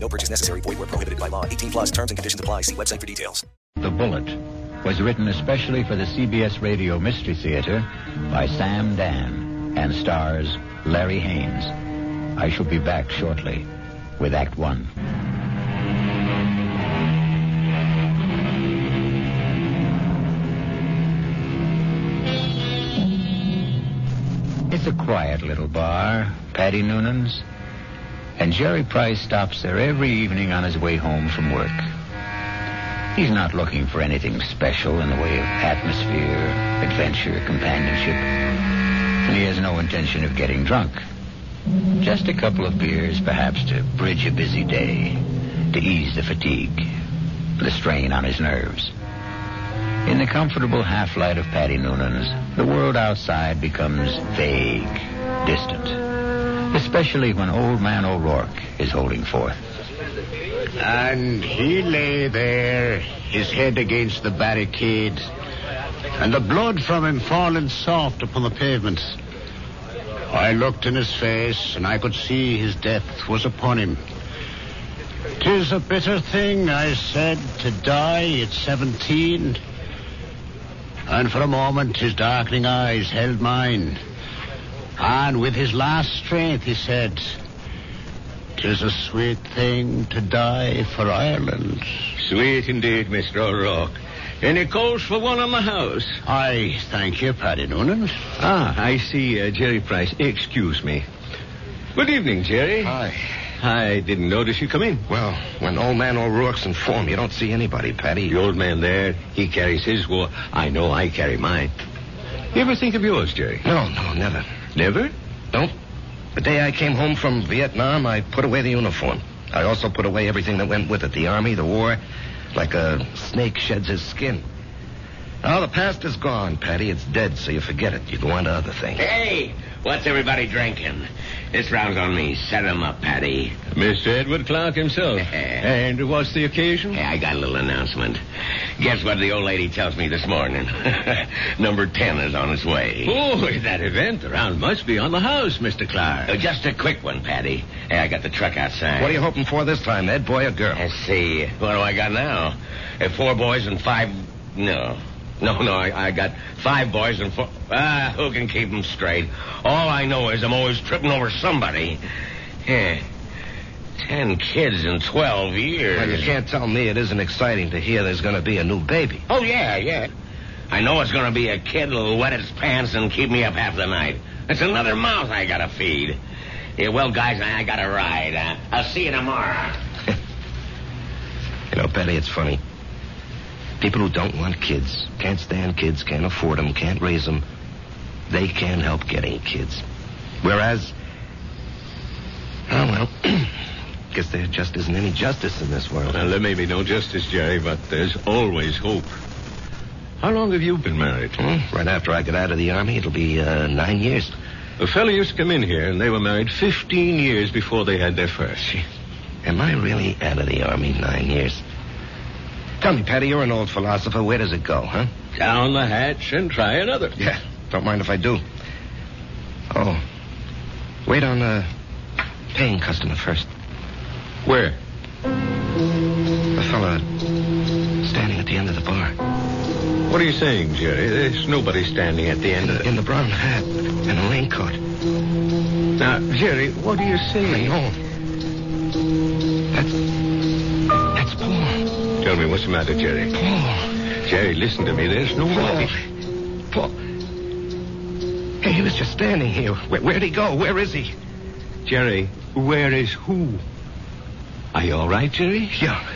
No purchase necessary. Void where prohibited by law. 18 plus terms and conditions apply. See website for details. The Bullet was written especially for the CBS Radio Mystery Theater by Sam Dan and stars Larry Haynes. I shall be back shortly with Act One. It's a quiet little bar, Patty Noonan's, and Jerry Price stops there every evening on his way home from work. He's not looking for anything special in the way of atmosphere, adventure, companionship, and he has no intention of getting drunk. Just a couple of beers, perhaps, to bridge a busy day, to ease the fatigue, the strain on his nerves. In the comfortable half light of Patty Noonan's, the world outside becomes vague, distant, especially when Old Man O'Rourke is holding forth. And he lay there, his head against the barricade, and the blood from him falling soft upon the pavement. I looked in his face, and I could see his death was upon him. "'Tis a bitter thing,' I said, 'to die at seventeen.' And for a moment his darkening eyes held mine. And with his last strength he said, "'Tis a sweet thing to die for Ireland.' Sweet indeed, Mr. O'Rourke. Any calls for one on the house? I thank you, Paddy Noonan. Ah, I see, uh, Jerry Price. Excuse me. Good evening, Jerry. Hi. I didn't notice you come in. Well, when old man O'Rourke's in form, you don't see anybody, Patty. The old man there, he carries his war. I know I carry mine. You ever think of yours, Jerry? No, no, never. Never? Don't. The day I came home from Vietnam, I put away the uniform. I also put away everything that went with it the army, the war, like a snake sheds his skin. Now, the past is gone, Patty. It's dead, so you forget it. You go on to other things. Hey, what's everybody drinking? This round's on me. Set 'em up, Patty. Mr. Edward Clark himself. and what's the occasion? Hey, I got a little announcement. Guess what the old lady tells me this morning? Number 10 is on its way. Oh, that event, the round must be on the house, Mr. Clark. Uh, just a quick one, Patty. Hey, I got the truck outside. What are you hoping for this time, Ed? Boy or girl? Let's see. What do I got now? Uh, four boys and five. No. No, no, I, I got five boys and four. Ah, who can keep 'em straight? All I know is I'm always tripping over somebody. Yeah. Ten kids in 12 years. Well, you can't tell me it isn't exciting to hear there's going to be a new baby. Oh, yeah, yeah. I know it's going to be a kid that'll wet its pants and keep me up half the night. That's another mouth I got to feed. Yeah, well, guys, I, I got to ride. Uh, I'll see you tomorrow. You know, Patty, it's funny. People who don't want kids, can't stand kids, can't afford them, can't raise them, they can't help getting kids. Whereas, oh well, guess there just isn't any justice in this world. Well, there may be no justice, Jerry, but there's always hope. How long have you been married? Hmm? Right after I get out of the army, it'll be uh, nine years. A fellow used to come in here, and they were married 15 years before they had their first. Am I really out of the army nine years? Tell me, Patty, you're an old philosopher. Where does it go, huh? Down the hatch and try another. Yeah, don't mind if I do. Oh, wait on a paying customer first. Where? A fella standing at the end of the bar. What are you saying, Jerry? There's nobody standing at the end of In the brown hat and a raincoat. Now, Jerry, what are you saying? No. That's. That's Paul. Tell me what's the matter, Jerry. Paul. Jerry, listen to me. There's nobody. Paul. Paul. Hey, he was just standing here. Where, where'd he go? Where is he? Jerry, where is who? Are you all right, Jerry? Yeah.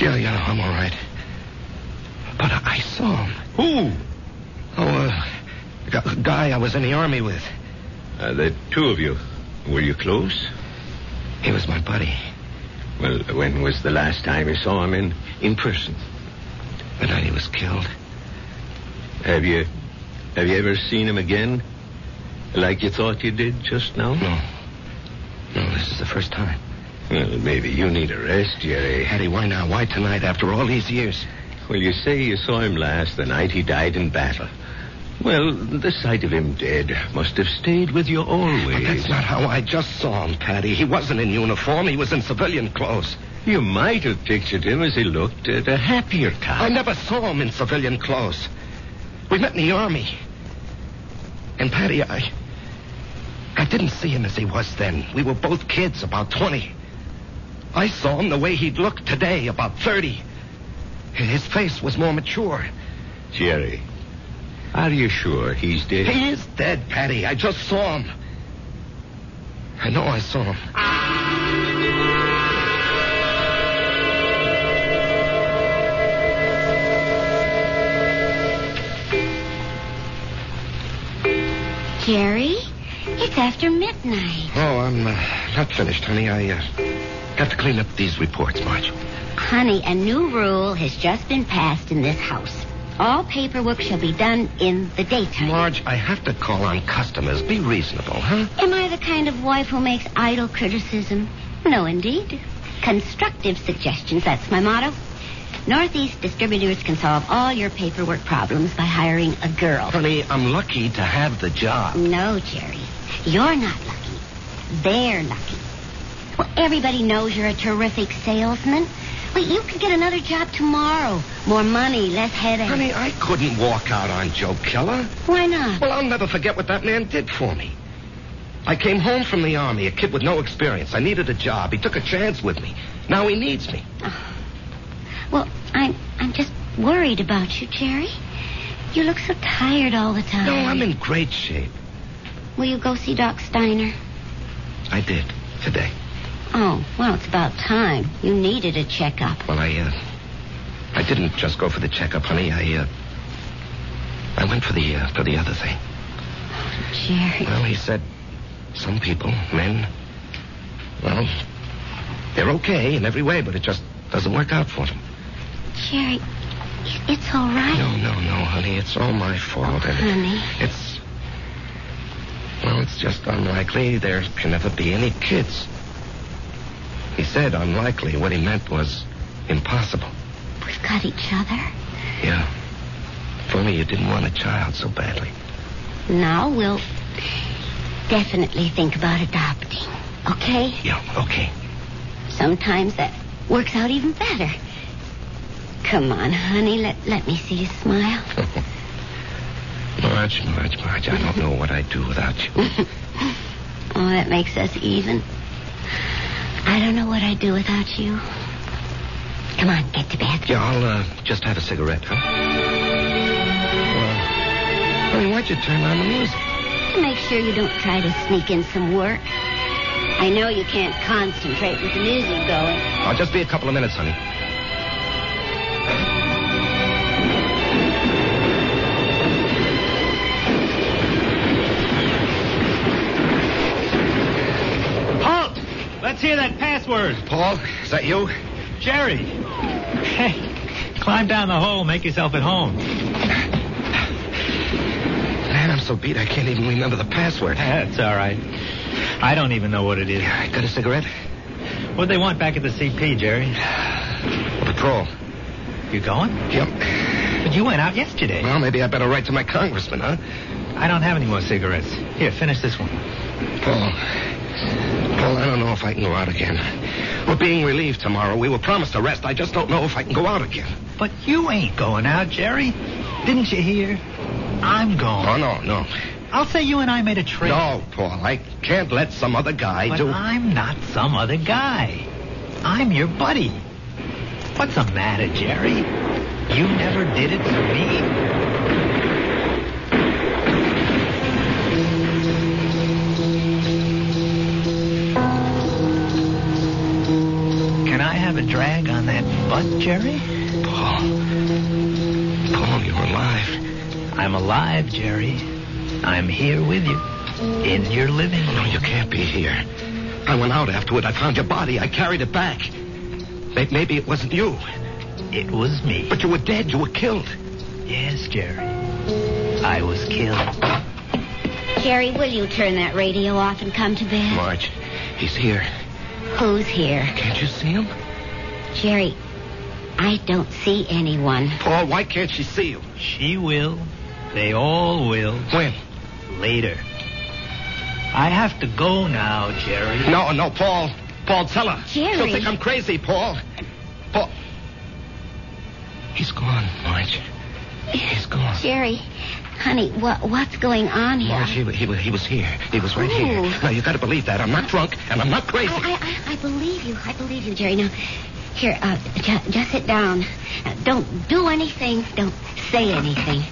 Yeah, yeah, I'm all right. But I, I saw him. Who? Oh, uh, gu- guy I was in the army with. Uh, the two of you. Were you close? He was my buddy. Well, when was the last time you saw him in, in person? The night he was killed. Have you have you ever seen him again? Like you thought you did just now? No. No, this is the first time. Well, maybe you need a rest, Jerry. Hattie, why now? Why tonight after all these years? Well, you say you saw him last the night he died in battle. Well, the sight of him dead must have stayed with you But always. that's not how I just saw him, Patty. He wasn't in uniform. He was in civilian clothes. You might have pictured him as he looked at a happier time. I never saw him in civilian clothes. We met in the army. And Patty, I I didn't see him as he was then. We were both kids, about 20. I saw him the way he'd look today, about 30. His face was more mature. Jerry, are you sure he's dead? He is dead, Patty. I just saw him. I know I saw him. Jerry, it's after midnight. Oh, I'm uh, not finished, honey. I uh, got to clean up these reports, Marge. Honey, a new rule has just been passed in this house. All paperwork shall be done in the daytime. Marge, I have to call on customers. Be reasonable, huh? Am I the kind of wife who makes idle criticism? No, indeed. Constructive suggestions, that's my motto. Northeast Distributors can solve all your paperwork problems by hiring a girl. Honey, I'm lucky to have the job. No, Jerry. You're not lucky. They're lucky. Well, everybody knows you're a terrific salesman. Well, you could get another job tomorrow. More money, less headache. Honey, I couldn't walk out on Joe Keller. Why not? Well, I'll never forget what that man did for me. I came home from the army, a kid with no experience. I needed a job. He took a chance with me. Now he needs me. Well, I'm I'm just worried about you, Jerry. You look so tired all the time. No, I'm in great shape. Will you go see Doc Steiner? I did today. Oh, well, it's about time. You needed a checkup. Well, I, uh, I didn't just go for the checkup, honey. I, uh, I went for the, uh, for the other thing. Jerry. Well, he said some people, men, well, they're okay in every way, but it just doesn't work out for them. Jerry, it's all right. No, no, no, honey, it's all my fault. and it- Honey. It's. Well, it's just unlikely there can ever be any kids. He said unlikely. What he meant was impossible. We've got each other. Yeah. If only you didn't want a child so badly. Now we'll definitely think about adopting. Okay? Yeah, okay. Sometimes that works out even better. Come on, honey. Let, let me see you smile. Marge, Marge, Marge, I don't know what I'd do without you. Oh, that makes us even. I don't know what I'd do without you. Come on, get to bed. Yeah, I'll uh, just have a cigarette, huh? Well, honey, why'd you turn on the music? To make sure you don't try to sneak in some work. I know you can't concentrate with the music going. I'll just be a couple of minutes, honey. Halt! Let's hear that password. Paul, is that you? Jerry. Hey, climb down the hole. Make yourself at home. Man, I'm so beat I can't even remember the password. That's all right. I don't even know what it is. I got a cigarette? What'd they want back at the CP, Jerry? Patrol. You going? Yep. But you went out yesterday. Well, maybe I better write to my congressman, huh? I don't have any more cigarettes. Here, finish this one. Paul. Paul, I don't know if I can go out again. We're being relieved tomorrow. We were promised a rest. I just don't know if I can go out again. But you ain't going out, Jerry. Didn't you hear? I'm going. Oh, no, no. I'll say you and I made a trade. No, Paul, I can't let some other guy but do... I'm not some other guy. I'm your buddy. What's the matter, Jerry? You never did it for me. Can I have a drag on that butt, Jerry? Paul. Paul, you're alive. I'm alive, Jerry. I'm here with you in your living Oh, No, room. you can't be here. I went out afterward. I found your body. I carried it back. May- Maybe it wasn't you. It was me. But you were dead. You were killed. Yes, Jerry. I was killed. Jerry, will you turn that radio off and come to bed? Marge, he's here. Who's here? Can't you see him? Jerry, I don't see anyone. Paul, why can't she see him? She will. They all will. When? Later. I have to go now, Jerry. No, no, Paul. Paul, tell her. She'll Jerry. think I'm crazy, Paul. Paul. He's gone, Marge. He's gone. Jerry, honey, what what's going on here? Marge, he, wa- he, wa- he was here. He was right Who? here. No, you gotta believe that. I'm not drunk, and I'm not crazy. Oh, I, I, I, I believe you. I believe you, Jerry. Now, here, uh, ju- just sit down. Uh, don't do anything. Don't say anything.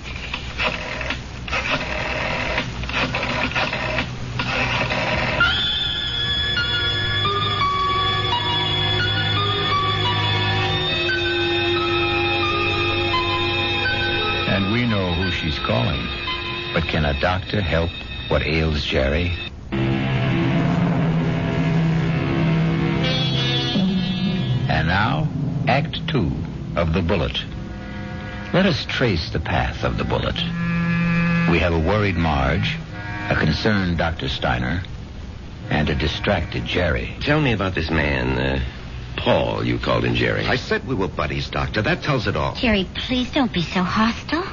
And we know who she's calling. But can a doctor help what ails Jerry? And now, Act Two of The Bullet. Let us trace the path of the bullet. We have a worried Marge, a concerned Dr. Steiner, and a distracted Jerry. Tell me about this man, uh, Paul, you called him Jerry. I said we were buddies, Doctor. That tells it all. Jerry, please don't be so hostile.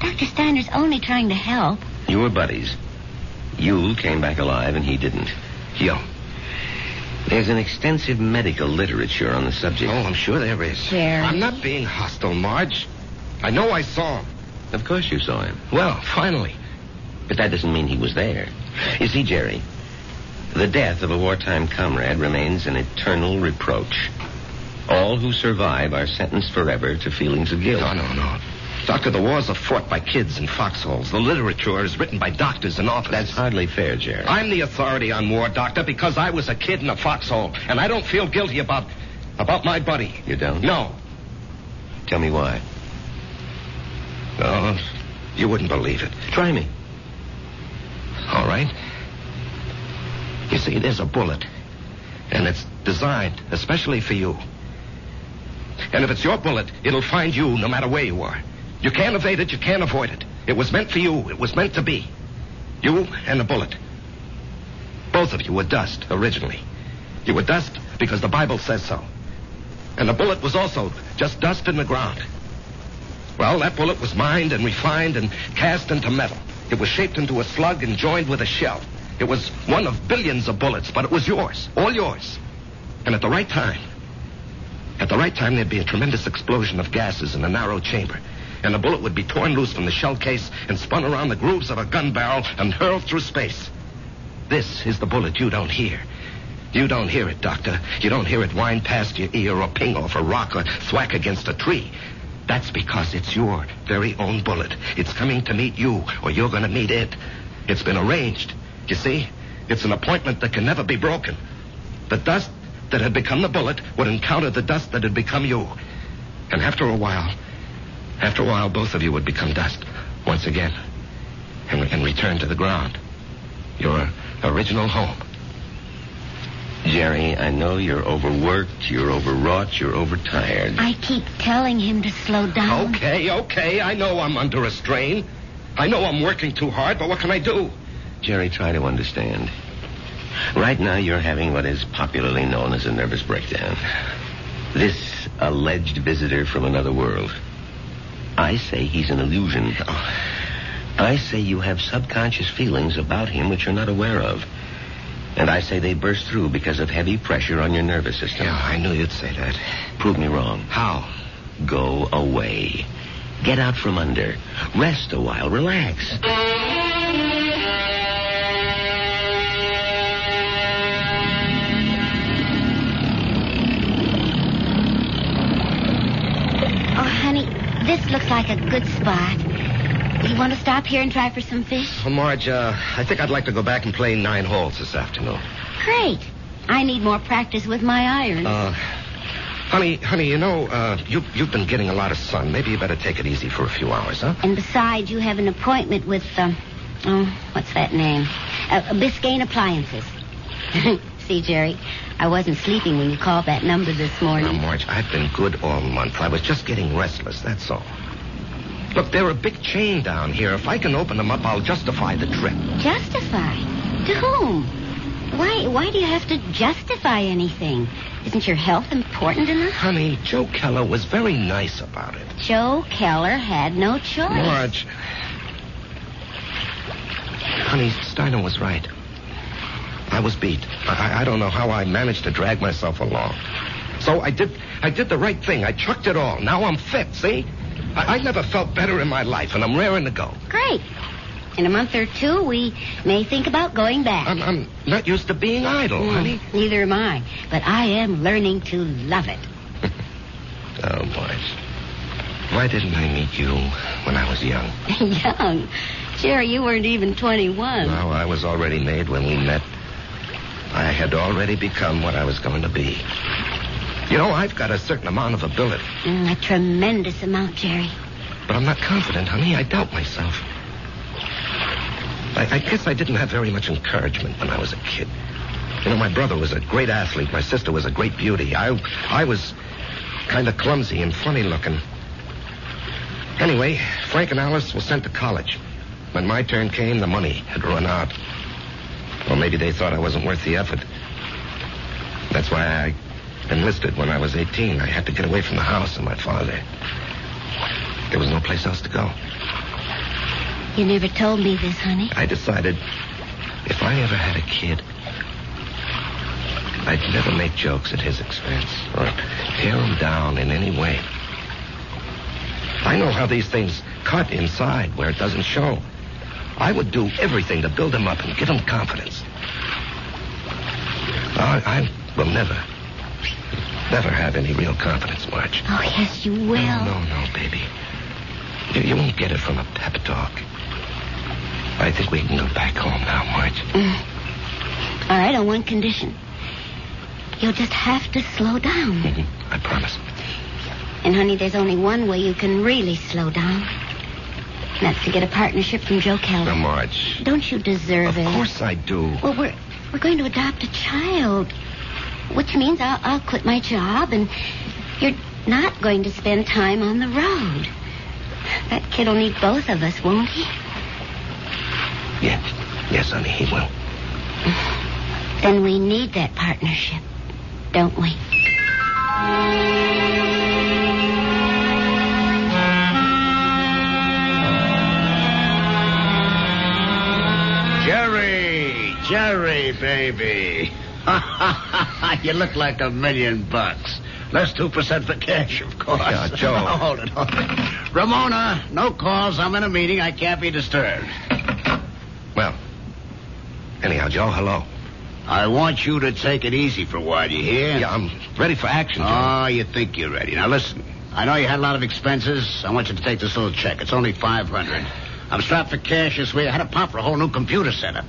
Dr. Steiner's only trying to help. You were buddies. You came back alive and he didn't. Yo. There's an extensive medical literature on the subject. Oh, I'm sure there is. Jerry. I'm not being hostile, Marge. I know I saw him. Of course you saw him. Well, finally. But that doesn't mean he was there. You see, Jerry, the death of a wartime comrade remains an eternal reproach. All who survive are sentenced forever to feelings of guilt. No, no, no. Doctor, the wars are fought by kids in foxholes. The literature is written by doctors and authors. That's hardly fair, Jerry. I'm the authority on war, Doctor, because I was a kid in a foxhole, and I don't feel guilty about about my buddy. You don't? No. Tell me why. No. Oh, You wouldn't believe it. Try me. All right. You see, there's a bullet. And it's designed especially for you. And if it's your bullet, it'll find you no matter where you are. You can't evade it, you can't avoid it. It was meant for you, it was meant to be. You and the bullet. Both of you were dust originally. You were dust because the Bible says so. And the bullet was also just dust in the ground. Well, that bullet was mined and refined and cast into metal. It was shaped into a slug and joined with a shell. It was one of billions of bullets, but it was yours, all yours. And at the right time, at the right time, there'd be a tremendous explosion of gases in the narrow chamber. And the bullet would be torn loose from the shell case and spun around the grooves of a gun barrel and hurled through space. This is the bullet you don't hear. You don't hear it, Doctor. You don't hear it whine past your ear or ping off a rock or thwack against a tree. That's because it's your very own bullet. It's coming to meet you, or you're going to meet it. It's been arranged. You see? It's an appointment that can never be broken. The dust that had become the bullet would encounter the dust that had become you. And after a while, after a while, both of you would become dust once again and, and return to the ground. Your original home. Jerry, I know you're overworked, you're overwrought, you're overtired. I keep telling him to slow down. Okay, okay. I know I'm under a strain. I know I'm working too hard, but what can I do? Jerry, try to understand. Right now, you're having what is popularly known as a nervous breakdown. This alleged visitor from another world. I say he's an illusion. I say you have subconscious feelings about him which you're not aware of. And I say they burst through because of heavy pressure on your nervous system. Yeah, I knew you'd say that. Prove me wrong. How? Go away. Get out from under. Rest a while. Relax. Uh, Oh, honey, this looks like a good spot. You want to stop here and try for some fish? Well, Marge, uh, I think I'd like to go back and play nine holes this afternoon. Great. I need more practice with my iron. Uh, honey, honey, you know, uh, you, you've been getting a lot of sun. Maybe you better take it easy for a few hours, huh? and besides, you have an appointment with, um, oh, what's that name? Uh, Biscayne Appliances. Uh, see, Jerry. I wasn't sleeping when you called that number this morning. Now, Marge, I've been good all month. I was just getting restless, that's all. Look, they're a big chain down here. If I can open them up, I'll justify the trip. Justify? To whom? Why, why do you have to justify anything? Isn't your health important enough? Honey, Joe Keller was very nice about it. Joe Keller had no choice. Marge. Honey, Steiner was right. I was beat. I, I- I don't know how I managed to drag myself along. So I did I did the right thing. I chucked it all. Now I'm fit, see? I, I never felt better in my life, and I'm raring to go. Great. In a month or two, we may think about going back. I'm, I'm not used to being idle, Hmm. honey. Neither am I, but I am learning to love it. Oh, Marge. Why didn't I meet you when I was young? Young. Jerry, you weren't even 21. No, I was already made when we met. I had already become what I was going to be. You know, I've got a certain amount of ability, Mm, a tremendous amount, Jerry. but I'm not confident, honey. I doubt myself. I, I guess I didn't have very much encouragement when I was a kid. You know, my brother was a great athlete. My sister was a great beauty. I, I was kind of clumsy and funny looking. Anyway, Frank and Alice were sent to college. When my turn came, the money had run out. Or maybe they thought I wasn't worth the effort. That's why I enlisted when I was 18. I had to get away from the house and my father. There was no place else to go. You never told me this, honey. I decided if I ever had a kid, I'd never make jokes at his expense or tear him down in any way. I know how these things cut inside where it doesn't show. I would do everything to build him up and give him confidence. I, I will never, never have any real confidence, March. Oh, yes, you will. No, no, baby. You, you won't get it from a pep talk. I think we can go back home now, Marge. All right, on one condition. You'll just have to slow down. I promise. And, honey, there's only one way you can really slow down. And that's to get a partnership from Joe Now, Keller. Marge. Don't you deserve Of it? course I do. Well, we're we're going to adopt a child, which means I'll, I'll quit my job, and you're not going to spend time on the road. That kid'll need both of us, won't he? Yes. Yes, honey, he will. Then we need that partnership, don't we? Jerry, Jerry, baby. you look like a million bucks. Less 2% for cash, of course. Yeah, Joe. hold it, hold it. Ramona, no calls. I'm in a meeting. I can't be disturbed. Well, anyhow, Joe, hello. I want you to take it easy for a while, you hear? Yeah, I'm ready for action, Joe. Oh, you think you're ready. Now listen. I know you had a lot of expenses. I want you to take this little check. It's only five hundred. I'm strapped for cash this week. I had to pop for a whole new computer setup.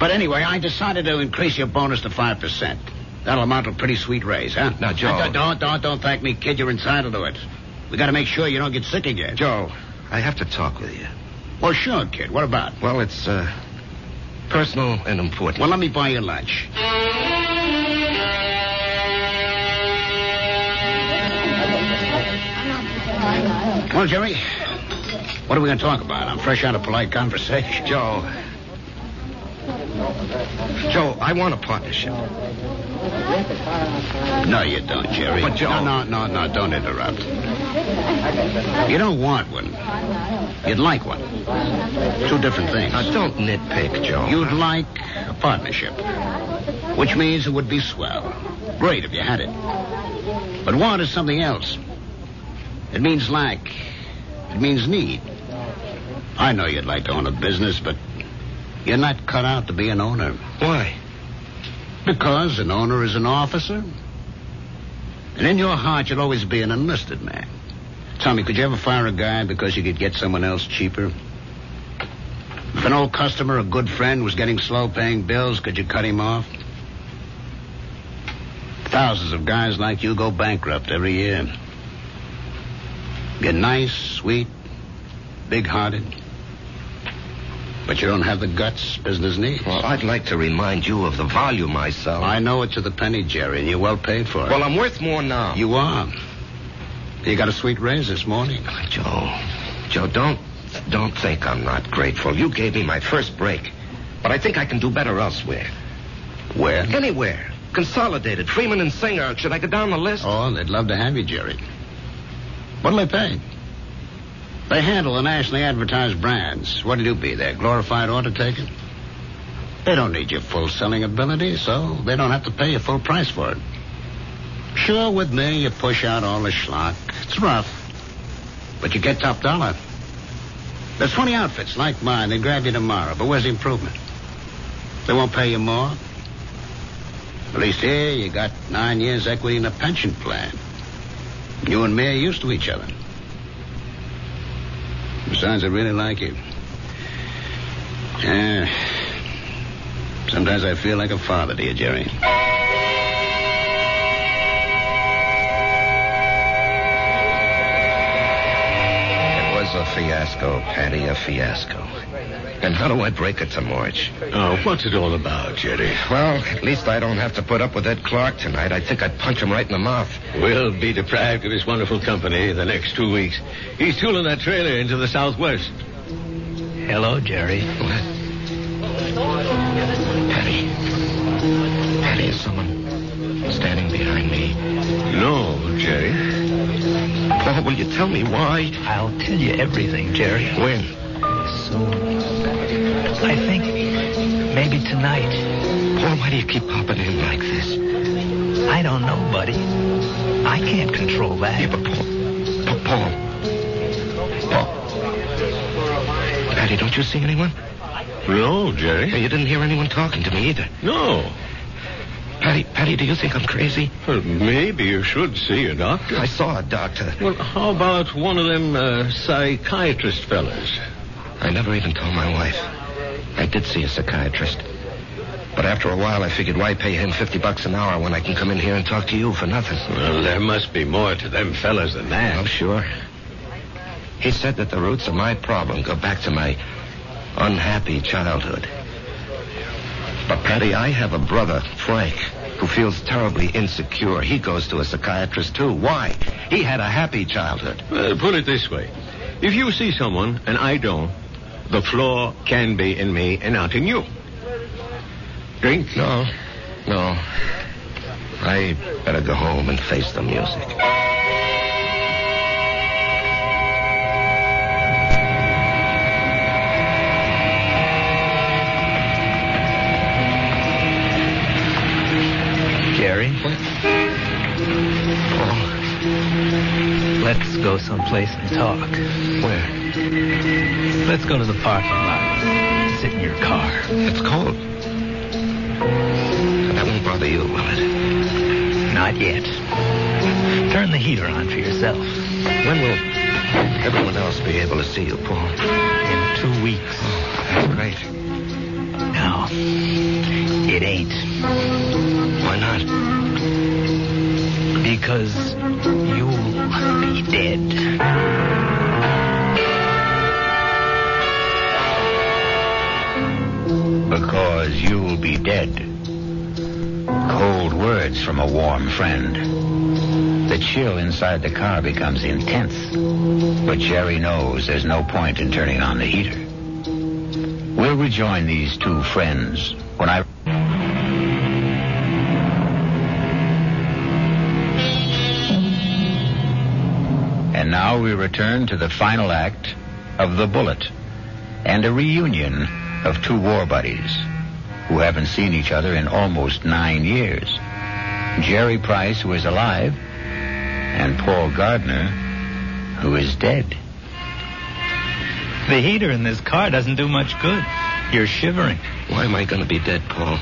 But anyway, I decided to increase your bonus to five percent. That'll amount to a pretty sweet raise, huh? Now, Joe- Don't, don't, don't, don't thank me, kid. You're entitled to it. We got to make sure you don't get sick again. Joe, I have to talk with you. Well, sure, kid. What about? Well, it's, uh, personal and important. Well, let me buy you lunch. Well, Jerry, what are we going to talk about? I'm fresh out of polite conversation. Joe. Joe, I want a partnership. No, you don't, Jerry. But, Joe- No, no, no, no, don't interrupt. You don't want one. You'd like one. Two different things. Now, don't nitpick, Joe. You'd like a partnership, which means it would be swell. Great if you had it. But want is something else. It means lack. It means need. I know you'd like to own a business, but you're not cut out to be an owner. Why? Because an owner is an officer. And in your heart, you'll always be an enlisted man. Tell me, could you ever fire a guy because you could get someone else cheaper? If an old customer, a good friend, was getting slow paying bills, could you cut him off? Thousands of guys like you go bankrupt every year. You're nice, sweet, big hearted. But you don't have the guts business needs. Well, I'd like to remind you of the volume I sell. I know it to the penny, Jerry, and you're well paid for it. Well, I'm worth more now. You are. You got a sweet raise this morning. Joe, Joe, don't don't think I'm not grateful. You gave me my first break, but I think I can do better elsewhere. Where? Anywhere. Consolidated, Freeman and Singer. Should I go down the list? Oh, they'd love to have you, Jerry. What'll they pay? They handle the nationally advertised brands. What'll you be, their glorified order taker? They don't need your full selling ability, so they don't have to pay you full price for it. Sure, with me, you push out all the schlock. It's rough. But you get top dollar. There's 20 outfits like mine. They grab you tomorrow, but where's the improvement? They won't pay you more. At least here, you got nine years' equity in a pension plan. You and me are used to each other. Besides, I really like you. Yeah. Sometimes I feel like a father to you, Jerry. It was a fiasco, Patty, a fiasco. And how do I break it to March? Oh, what's it all about, Jerry? Well, at least I don't have to put up with Ed Clark tonight. I think I'd punch him right in the mouth. We'll be deprived of his wonderful company the next two weeks. He's tooling that trailer into the southwest. Hello, Jerry. Patty. Patty, is someone standing behind me? No, Jerry. Oh, will you tell me why? I'll tell you everything, Jerry. When? I think maybe tonight. Paul, why do you keep popping in like this? I don't know, buddy. I can't control that. Yeah, but Paul. Pa- Paul. Paul. Patty, don't you see anyone? No, Hey, Jerry. You didn't hear anyone talking to me either. No. Patty, Patty, do you think I'm crazy? Well, maybe you should see a doctor. I saw a doctor. Well, how about one of them uh, psychiatrist fellas? I never even told my wife. I did see a psychiatrist. But after a while, I figured why pay him 50 bucks an hour when I can come in here and talk to you for nothing? Well, there must be more to them fellas than that. Oh, sure. He said that the roots of my problem go back to my unhappy childhood. But, Patty, I have a brother, Frank, who feels terribly insecure. He goes to a psychiatrist, too. Why? He had a happy childhood. Well, put it this way. If you see someone and I don't, the flaw can be in me and not in you. Drink? No, no. I better go home and face the music. Jerry, Paul, let's go someplace and talk. where? Let's go to the parking lot. Sit in your car. It's cold. That won't bother you, will it? Not yet. Turn the heater on for yourself. When will everyone else be able to see you, Paul? Oh, In two weeks. That's great. No, it ain't. Why not? Because you'll be dead. Because you'll be dead. Cold words from a warm friend. The chill inside the car becomes intense, but Jerry knows there's no point in turning on the heater. We'll rejoin these two friends when I. And now we return to the final act of The Bullet and a reunion of two war buddies who haven't seen each other in almost nine years. Jerry Price, who is alive, and Paul Gardner, who is dead. The heater in this car doesn't do much good. You're shivering. Why am I going to be dead, Paul?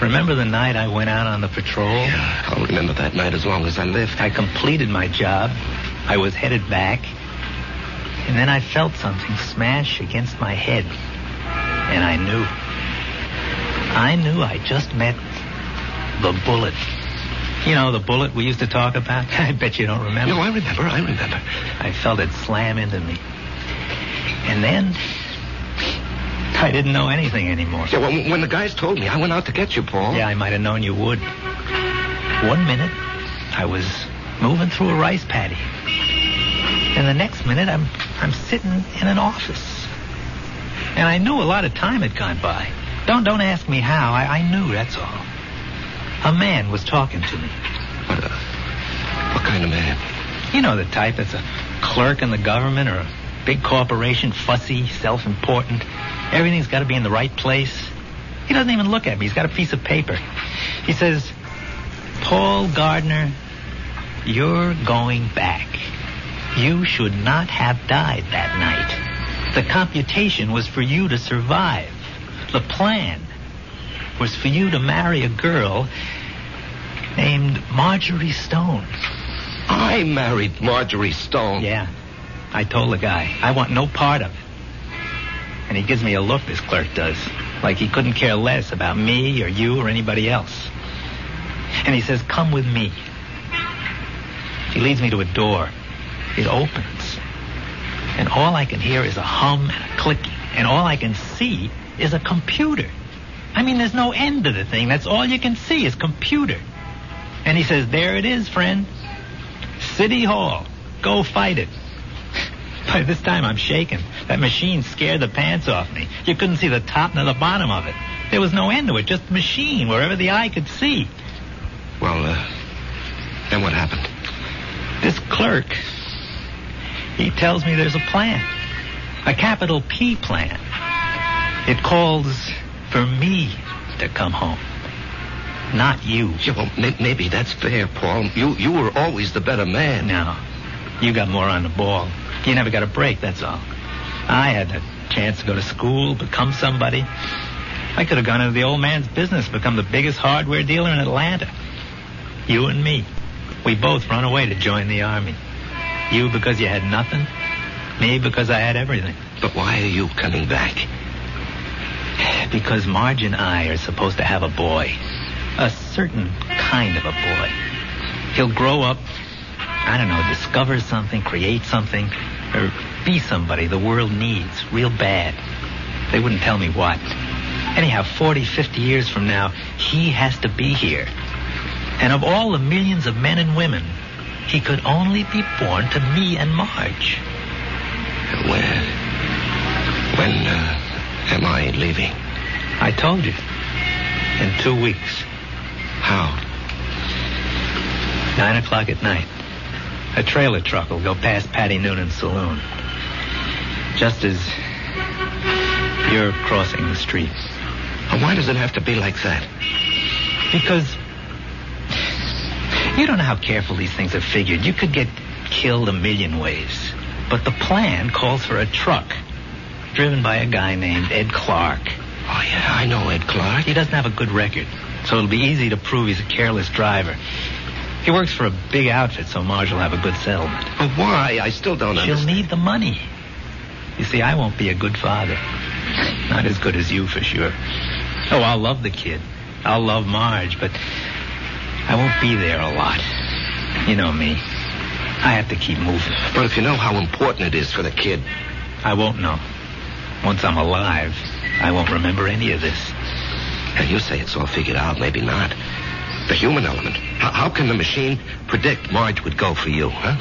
Remember the night I went out on the patrol? I'll remember that night as long as I live. I completed my job. I was headed back. And then I felt something smash against my head. And I knew. I knew I just met the bullet. You know, the bullet we used to talk about? I bet you don't remember. No, I remember. I remember. I felt it slam into me. And then I didn't know anything anymore. Yeah, well, when the guys told me, I went out to get you, Paul. Yeah, I might have known you would. One minute, I was moving through a rice paddy. And the next minute, I'm, I'm sitting in an office. And I knew a lot of time had gone by. Don't, don't ask me how. I, I knew, that's all. A man was talking to me. What, uh, what kind of man? You know the type that's a clerk in the government or a big corporation, fussy, self important. Everything's got to be in the right place. He doesn't even look at me. He's got a piece of paper. He says, Paul Gardner, you're going back. You should not have died that night. The computation was for you to survive. The plan was for you to marry a girl named Marjorie Stone. I married Marjorie Stone. Yeah. I told the guy, I want no part of it. And he gives me a look, this clerk does, like he couldn't care less about me or you or anybody else. And he says, Come with me. He leads me to a door. It opens. And all I can hear is a hum and a clicking. And all I can see is a computer. I mean, there's no end to the thing. That's all you can see is computer. And he says, There it is, friend. City Hall. Go fight it. By this time, I'm shaking. That machine scared the pants off me. You couldn't see the top nor the bottom of it. There was no end to it, just machine, wherever the eye could see. Well, uh, then what happened? This clerk, he tells me there's a plan. A capital P plan. It calls for me to come home. Not you. Yeah, well, may- maybe that's fair, Paul. You you were always the better man. No. You got more on the ball. You never got a break, that's all. I had the chance to go to school, become somebody. I could have gone into the old man's business, become the biggest hardware dealer in Atlanta. You and me. We both run away to join the army. You because you had nothing. Me because I had everything. But why are you coming back? Because Marge and I are supposed to have a boy. A certain kind of a boy. He'll grow up, I don't know, discover something, create something, or be somebody the world needs real bad. They wouldn't tell me what. Anyhow, 40, 50 years from now, he has to be here. And of all the millions of men and women, he could only be born to me and Marge. When when uh, am I leaving? I told you. In two weeks. How? Nine o'clock at night. A trailer truck will go past Patty Noonan's saloon. Just as you're crossing the street. And why does it have to be like that? Because you don't know how careful these things are figured. You could get killed a million ways. But the plan calls for a truck driven by a guy named Ed Clark. Oh yeah, I know Ed Clark. He doesn't have a good record, so it'll be easy to prove he's a careless driver. He works for a big outfit, so Marge will have a good settlement. But why? I still don't She'll understand. need the money. You see, I won't be a good father. Not as good as you, for sure. Oh, I'll love the kid. I'll love Marge, but I won't be there a lot. You know me. I have to keep moving. But if you know how important it is for the kid, I won't know. Once I'm alive, I won't remember any of this. and you say it's all figured out, maybe not. The human element. How, how can the machine predict Marge would go for you, huh?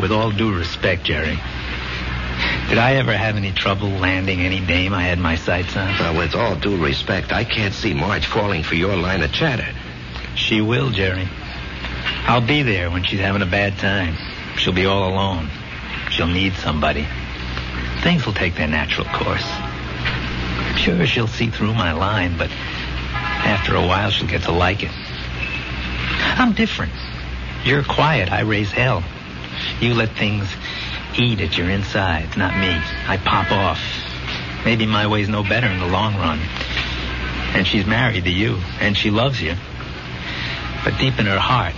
With all due respect, Jerry, did I ever have any trouble landing any dame I had my sights on? Well, with all due respect, I can't see Marge falling for your line of chatter. She will, Jerry. I'll be there when she's having a bad time. She'll be all alone. She'll need somebody. Things will take their natural course. Sure, she'll see through my line, but after a while, she'll get to like it. I'm different. You're quiet. I raise hell. You let things eat at your insides, not me. I pop off. Maybe my way's no better in the long run. And she's married to you, and she loves you. But deep in her heart,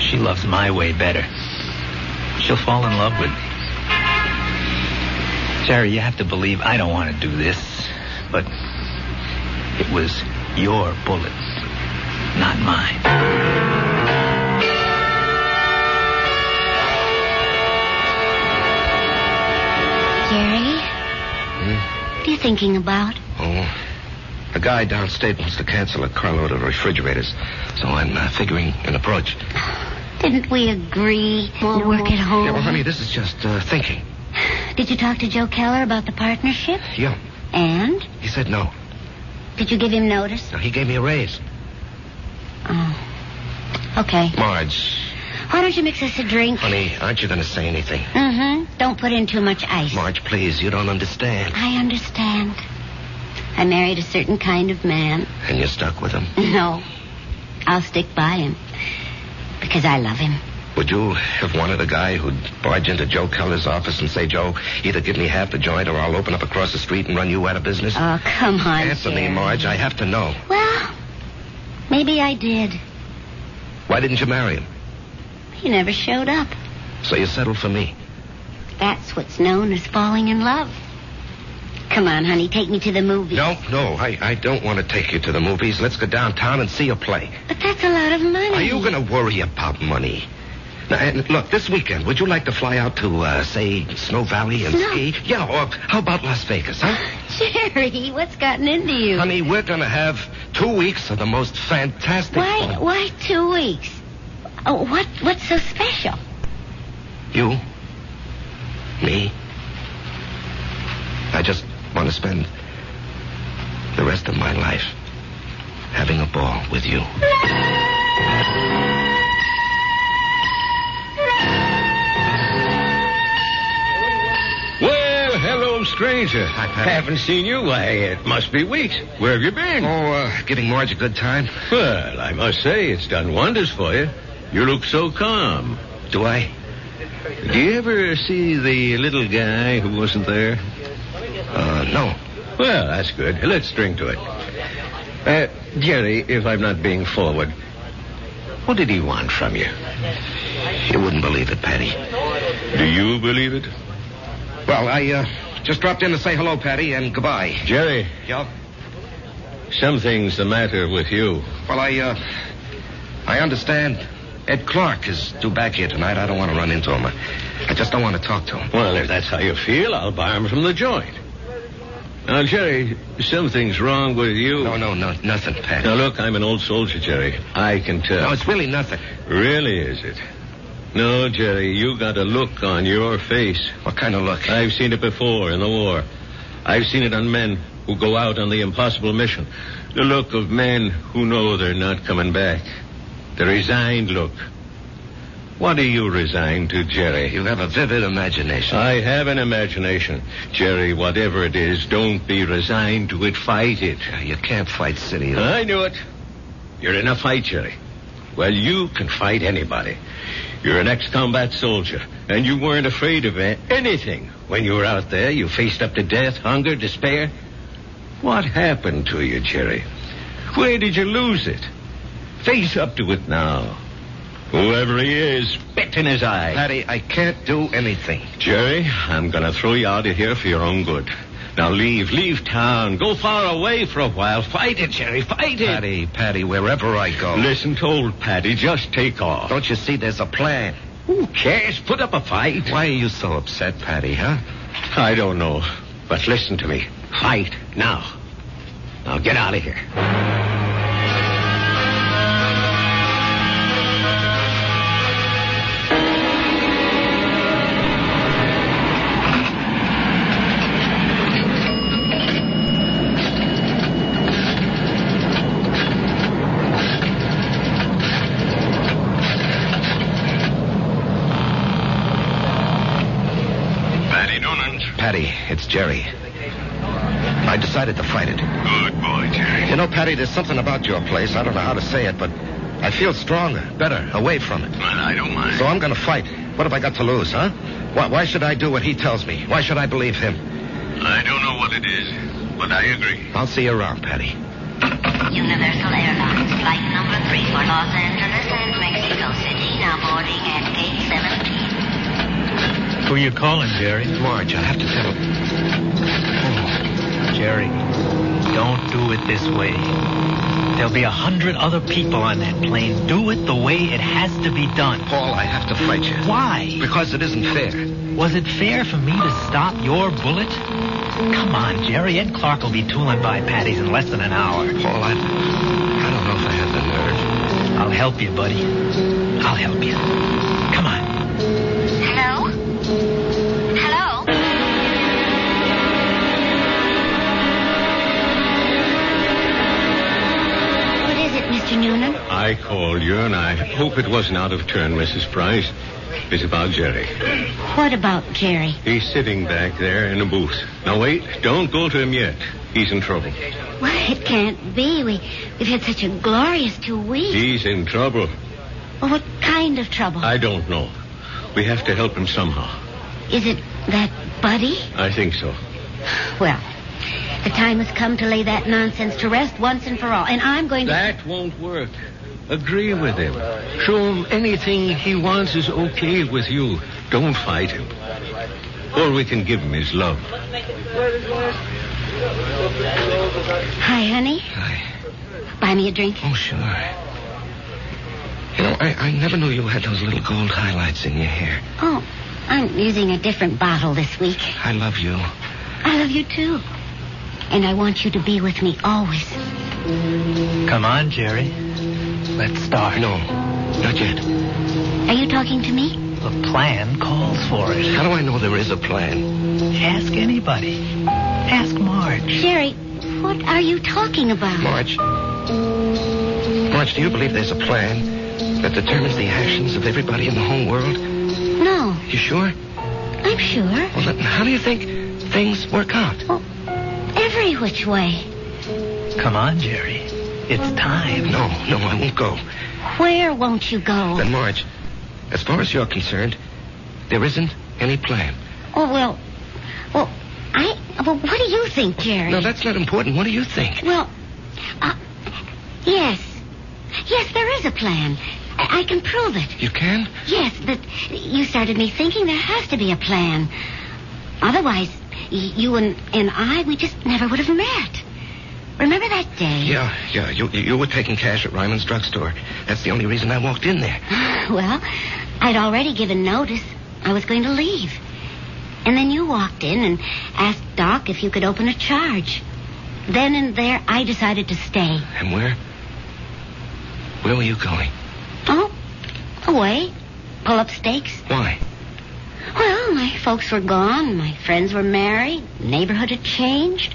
she loves my way better. She'll fall in love with me. Jerry, you have to believe I don't want to do this, but it was your bullet, not mine. Jerry? thinking about? Oh, a guy downstate wants to cancel a carload of refrigerators, so I'm uh, figuring an approach. Didn't we agree more work at home? Yeah, well, honey, this is just uh, thinking. Did you talk to Joe Keller about the partnership? Yeah, And? he said no. Did you give him notice? Oh. No, he gave me a raise. Okay. Marge, Why don't you mix us a drink? honey, aren't you going to say anything? Mm-hmm. Don't put in too much ice. Marge, please, you don't understand. I understand. I married a certain kind of man. And you're stuck with him. No. I'll stick by him. Because I love him. Would you have wanted a guy who'd barge into Joe Keller's office and say, Joe, either give me half the joint or I'll open up across the street and run you out of business? Oh, come on. Answer me, Jerry. Marge. I have to know. Well, maybe I did. Why didn't you marry him? He never showed up. So you settled for me. That's what's known as falling in love. Come on, honey, take me to the movies. No, no, I, I don't want to take you to the movies. Let's go downtown and see a play. But that's a lot of money. Are you going to worry about money? Now, and look, this weekend, would you like to fly out to, uh, say, Snow Valley and Snow? ski? Yeah, or how about Las Vegas, huh? Jerry, what's gotten into you? Honey, we're going to have two weeks of the most fantastic Why? fun. Why two weeks? Oh, what? What's so special? You? Me? I just want to spend the rest of my life having a ball with you. Well, hello, stranger. Hi, Pat. Haven't seen you. Why, it must be weeks. Where have you been? Oh, uh, giving Marge a good time? Well, I must say, it's done wonders for you. You look so calm. Do I? Do you ever see the little guy who wasn't there? Uh, no. Well, that's good. Let's drink to it. Uh, Jerry, if I'm not being forward, what did he want from you? You wouldn't believe it, Patty. Do you believe it? Well, I, uh, just dropped in to say hello, Patty, and goodbye. Jerry, Yeah? something's the matter with you. Well, I, uh, I understand. Ed Clark is due back here tonight. I don't want to run into him. I, I just don't want to talk to him. Well, if that's how you feel, I'll buy him from the joint. Now, Jerry, something's wrong with you. No, no, no, nothing, Pat. Now, look, I'm an old soldier, Jerry. I can tell. No, it's really nothing. Really, is it? No, Jerry, you got a look on your face. What kind of look? I've seen it before in the war. I've seen it on men who go out on the impossible mission. The look of men who know they're not coming back. The resigned look. What are you resigned to, Jerry? You have a vivid imagination. I have an imagination. Jerry, whatever it is, don't be resigned to it. Fight it. you can't fight city. life. I knew it. You're in a fight, Jerry. Well, you can fight anybody. You're an ex-combat soldier, and you weren't afraid of a- anything when you were out there. You faced up to death, hunger, despair. What happened to you, Jerry? Where did you lose it? Face up to it now. Whoever he is, spit in his eye. Patty, I can't do anything. Jerry, I'm going to throw you out of here for your own good. Now leave, leave town. Go far away for a while. Fight it, Jerry, fight it. Patty, Patty, wherever I go. Listen to old Patty, just take off. Don't you see there's a plan? Who cares? Put up a fight. Why are you so upset, Patty, huh? I don't know. But listen to me. Fight now. Now get out of here. Patty Noonan's. Patty, it's Jerry. I decided to fight it. Good boy, Jerry. You know, Patty, there's something about your place. I don't know how to say it, but I feel stronger, better, away from it. Well, I don't mind. So I'm going to fight. What have I got to lose, huh? Why, why should I do what he tells me? Why should I believe him? I don't know what it is, but I agree. I'll see you around, Patty. Universal Airlines, flight number three for Los Angeles and Mexico City, now boarding at gate 17. Who you calling, Jerry? Marge, I have to tell him. Jerry, don't do it this way. There'll be a hundred other people on that plane. Do it the way it has to be done. Paul, I have to fight you. Why? Because it isn't fair. Was it fair for me to stop your bullet? Come on, Jerry. Ed Clark will be tooling by Patty's in less than an hour. Paul, I, I don't know if I have the nerve. I'll help you, buddy. I'll help you. Come on. Hello? Hello? What is it, Mr. Noonan? I called you, and I hope it wasn't out of turn, Mrs. Price. It's about Jerry. What about Jerry? He's sitting back there in a booth. Now, wait, don't go to him yet. He's in trouble. Well, it can't be. We, we've had such a glorious two weeks. He's in trouble. Well, what kind of trouble? I don't know. We have to help him somehow. Is it that Buddy? I think so. Well, the time has come to lay that nonsense to rest once and for all, and I'm going to. That won't work. Agree with him. Show him anything he wants is okay with you. Don't fight him. All we can give him is love. Hi, honey. Hi. Buy me a drink. Oh, sure. You know, I, I never knew you had those little gold highlights in your hair. Oh, I'm using a different bottle this week. I love you. I love you too. And I want you to be with me always. Come on, Jerry. Let's start. No, not yet. Are you talking to me? The plan calls for it. How do I know there is a plan? Ask anybody. Ask Marge. Jerry, what are you talking about? Marge. Marge, do you believe there's a plan that determines the actions of everybody in the whole world? No, You sure? I'm sure. Well, then how do you think things work out? Well, every which way. Come on, Jerry. It's time. No, no, I won't go. Where won't you go? Then, Marge, as far as you're concerned, there isn't any plan. Oh, well, well, I, well, what do you think, Jerry? No, that's not important. What do you think? Well, uh, yes. Yes, there is a plan. I, I can prove it. You can? Yes, but you started me thinking there has to be a plan. Otherwise, y- you and, and I, we just never would have met. Remember that day? Yeah, yeah. You, you were taking cash at Ryman's drugstore. That's the only reason I walked in there. Well, I'd already given notice. I was going to leave. And then you walked in and asked Doc if you could open a charge. Then and there, I decided to stay. And where? Where were you going? Oh, away. Pull up stakes. Why? Well, my folks were gone. My friends were married. Neighborhood had changed.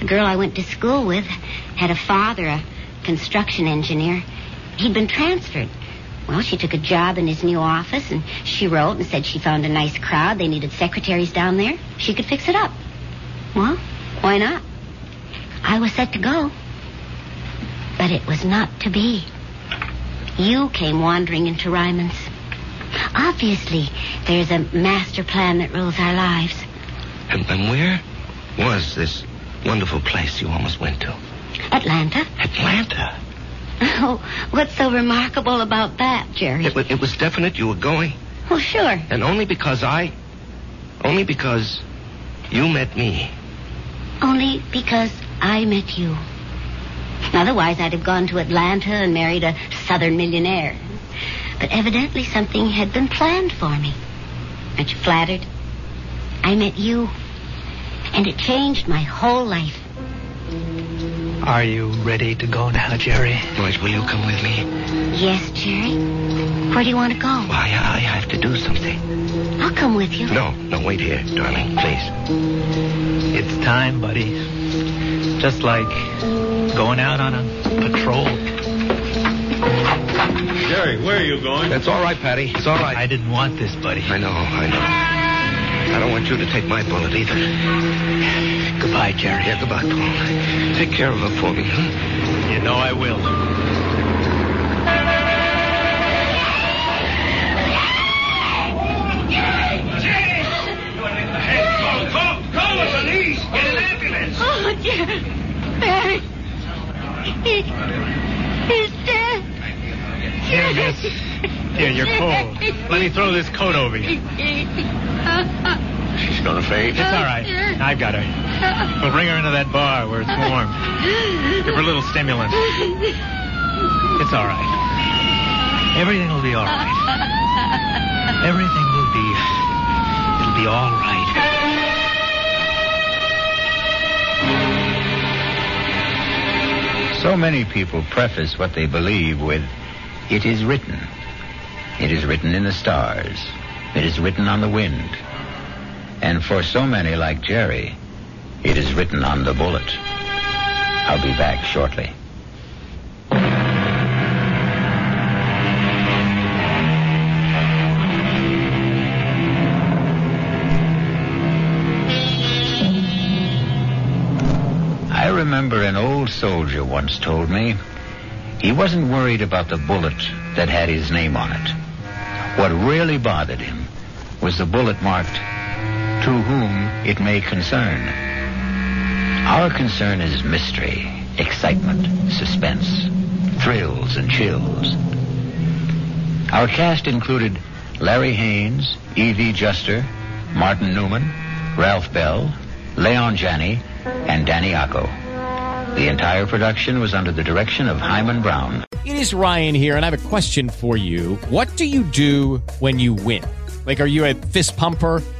The girl I went to school with had a father, a construction engineer. He'd been transferred. Well, she took a job in his new office, and she wrote and said she found a nice crowd. They needed secretaries down there. She could fix it up. Well, why not? I was set to go. But it was not to be. You came wandering into Ryman's. Obviously, there's a master plan that rules our lives. And, and where was this wonderful place you almost went to? Atlanta? Atlanta. Oh, what's so remarkable about that, Jerry? It, wa- it was definite you were going, Well, sure. and only because I. Only because you met me. Only because I met you. Otherwise, I'd have gone to Atlanta and married a southern millionaire. But evidently, something had been planned for me. Aren't you flattered? I met you, and it changed my whole life. Are you ready to go now, Jerry? Marge, will you come with me? Yes, Jerry? Where do you want to go? Why, I, I have to do something. I'll come with you. No, no, wait here, darling, please. It's time, buddy. Just like going out on a patrol. Jerry, where are you going? That's all right, Patty. It's all right. I didn't want this, buddy. I know, I know. I don't want you to take my bullet either. Goodbye, Jerry. Yeah, goodbye, Paul. Take care of her for me, huh? You know I will. Oh, dear. Barry. He, he's dead. Here, miss. Here, you're cold. Let me throw this coat over you. She's gonna faint. It's all right. I've got her. We'll bring her into that bar where it's warm. Give her a little stimulant. It's all right. Everything will be all right. Everything will be. It'll be all right. So many people preface what they believe with, it is written. It is written in the stars. It is written on the wind. And for so many like Jerry, it is written on the bullet. I'll be back shortly. I remember an old soldier once told me he wasn't worried about the bullet that had his name on it. What really bothered him was the bullet marked, To Whom It May Concern. Our concern is mystery, excitement, suspense, thrills, and chills. Our cast included Larry Haynes, E.V. Juster, Martin Newman, Ralph Bell, Leon Janney, and Danny Acco. The entire production was under the direction of Hyman Brown. It is Ryan here, and I have a question for you. What do you do when you win? Like, are you a fist pumper?